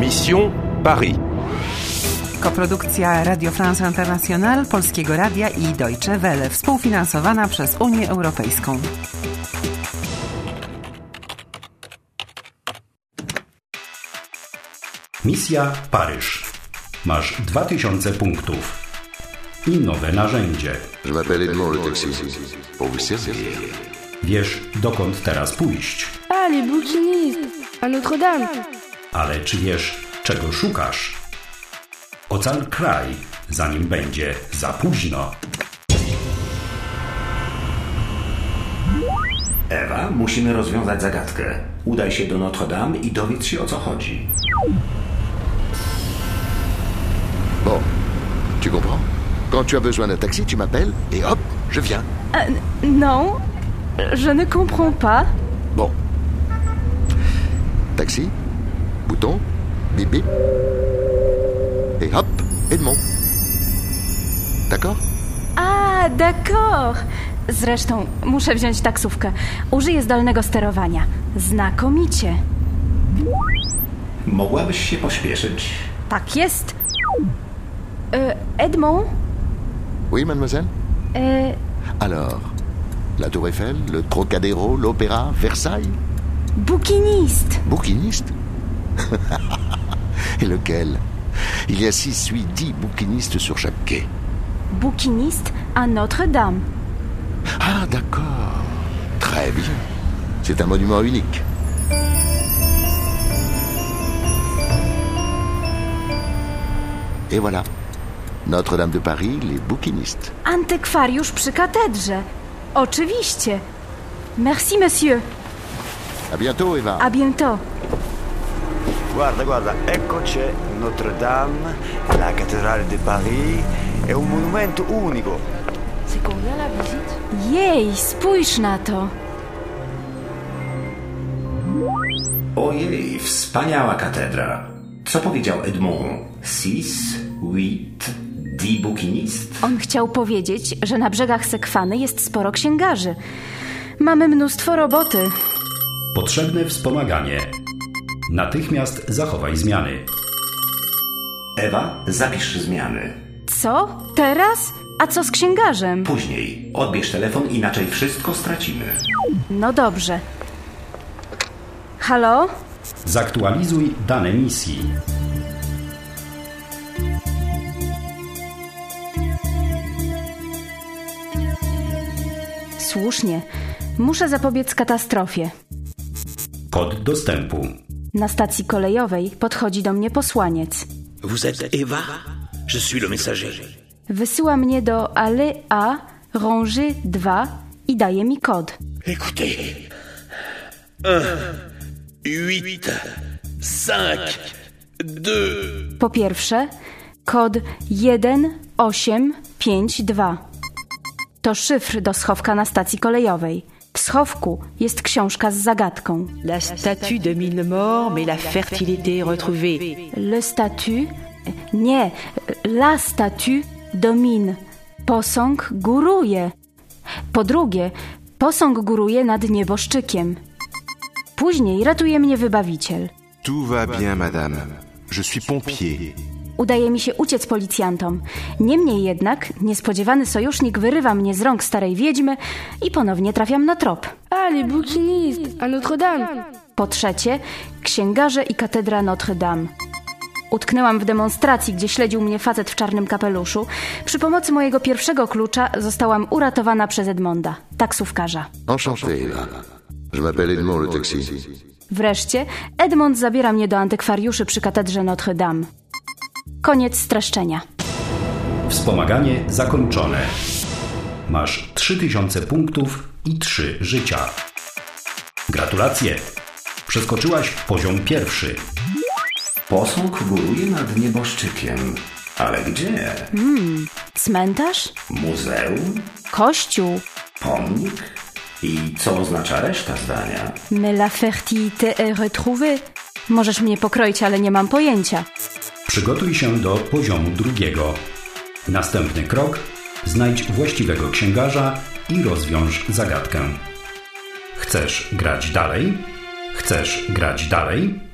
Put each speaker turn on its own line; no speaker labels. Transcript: Mission Paris.
Koprodukcja Radio France International, Polskiego Radia i Deutsche Welle, współfinansowana przez Unię Europejską.
Misja Paryż. Masz 2000 punktów. I nowe narzędzie.
Je m'appelle Edmond le taxi. Pour vous servir.
Wiesz, dokąd teraz pójść.
Ah, les bouquinistes À Notre-Dame
Ale czy wiesz, czego szukasz? Ocal kraj, zanim będzie za późno.
Ewa, musimy rozwiązać zagadkę. Udaj się do Notre-Dame i dowiedz się o co chodzi.
Bon. Tu comprends Quand tu as besoin d'un taxi, tu m'appelles et hop, je viens.
Non, je ne comprends pas.
Bon. Taxi, bouton, bip bip. Et hop, Edmond. D'accord
A, d'accord. Zresztą muszę wziąć taksówkę. Użyję zdalnego sterowania. Znakomicie.
Mogłabyś się pośpieszyć.
Tak jest. E, Edmond,
Oui, mademoiselle
e,
Alors, la Tour Eiffel, le Trocadéro, l'Opéra, Versailles
bukinist.
Bouquiniste Et lequel Il y a six, huit, dix bouquinistes sur chaque quai.
Bukinist à Notre-Dame.
Ah, d'accord. Très bien. C'est un monument unique. Et voilà. Notre-Dame de Paris, les bouquinistes.
Antykwariusz przy katedrze. Oczywiście. Merci, monsieur.
À bientôt, Eva.
A bientôt.
Guarda, guarda, ecco c'è Notre Dame, la cattedrale di Parigi, è un monumento unico.
C'est combien la visite
Jej, spójrz na to.
Ojej, wspaniała katedra. Co powiedział Edmond? Sis, wit, di bukinist.
On chciał powiedzieć, że na brzegach Sekwany jest sporo księgarzy. Mamy mnóstwo roboty.
Potrzebne wspomaganie. Natychmiast zachowaj zmiany.
Ewa, zapisz zmiany.
Co? Teraz? A co z księgarzem?
Później odbierz telefon, inaczej wszystko stracimy.
No dobrze. Halo?
Zaktualizuj dane misji.
Słusznie. Muszę zapobiec katastrofie.
Kod dostępu.
Na stacji kolejowej podchodzi do mnie posłaniec.
Vous êtes Eva Je suis le messager.
Wysyła mnie do Ale A, Rangée 2 i daje mi kod.
Écoutez. 1, 8, 5, 2.
Po pierwsze, kod 1852. To szyfr do schowka na stacji kolejowej. W schowku jest książka z zagadką.
La statue de mille morts, mais la fertilité retrouvée.
Le statut. Nie, la statue domin. Posąg góruje. Po drugie, posąg góruje nad nieboszczykiem. Później ratuje mnie wybawiciel.
Tout va bien, madame. Je suis pompier.
Udaje mi się uciec policjantom. Niemniej jednak niespodziewany sojusznik wyrywa mnie z rąk starej wiedźmy i ponownie trafiam na trop.
Ah, les bouquinistes À Notre-Dame
Po trzecie, księgarze i katedra Notre-Dame. Utknęłam w demonstracji, gdzie śledził mnie facet w czarnym kapeluszu. Przy pomocy mojego pierwszego klucza zostałam uratowana przez Edmonda, taksówkarza.
Enchanté, Eva. Je m'appelle Edmond le taxi.
Wreszcie Edmond zabiera mnie do antykwariuszy przy katedrze Notre-Dame. Koniec streszczenia.
Wspomaganie zakończone. Masz 3000 punktów i 3 życia. Gratulacje! Przeskoczyłaś poziom pierwszy.
Posąg góruje nad nieboszczykiem. Ale gdzie?
Cmentarz?
Muzeum?
Kościół?
Pomnik? I co oznacza reszta zdania?
Mais la fertilité est retrouvée. Możesz mnie pokroić, ale nie mam pojęcia.
Przygotuj się do poziomu drugiego. Następny krok: znajdź właściwego księgarza i rozwiąż zagadkę. Chcesz grać dalej? Chcesz grać dalej?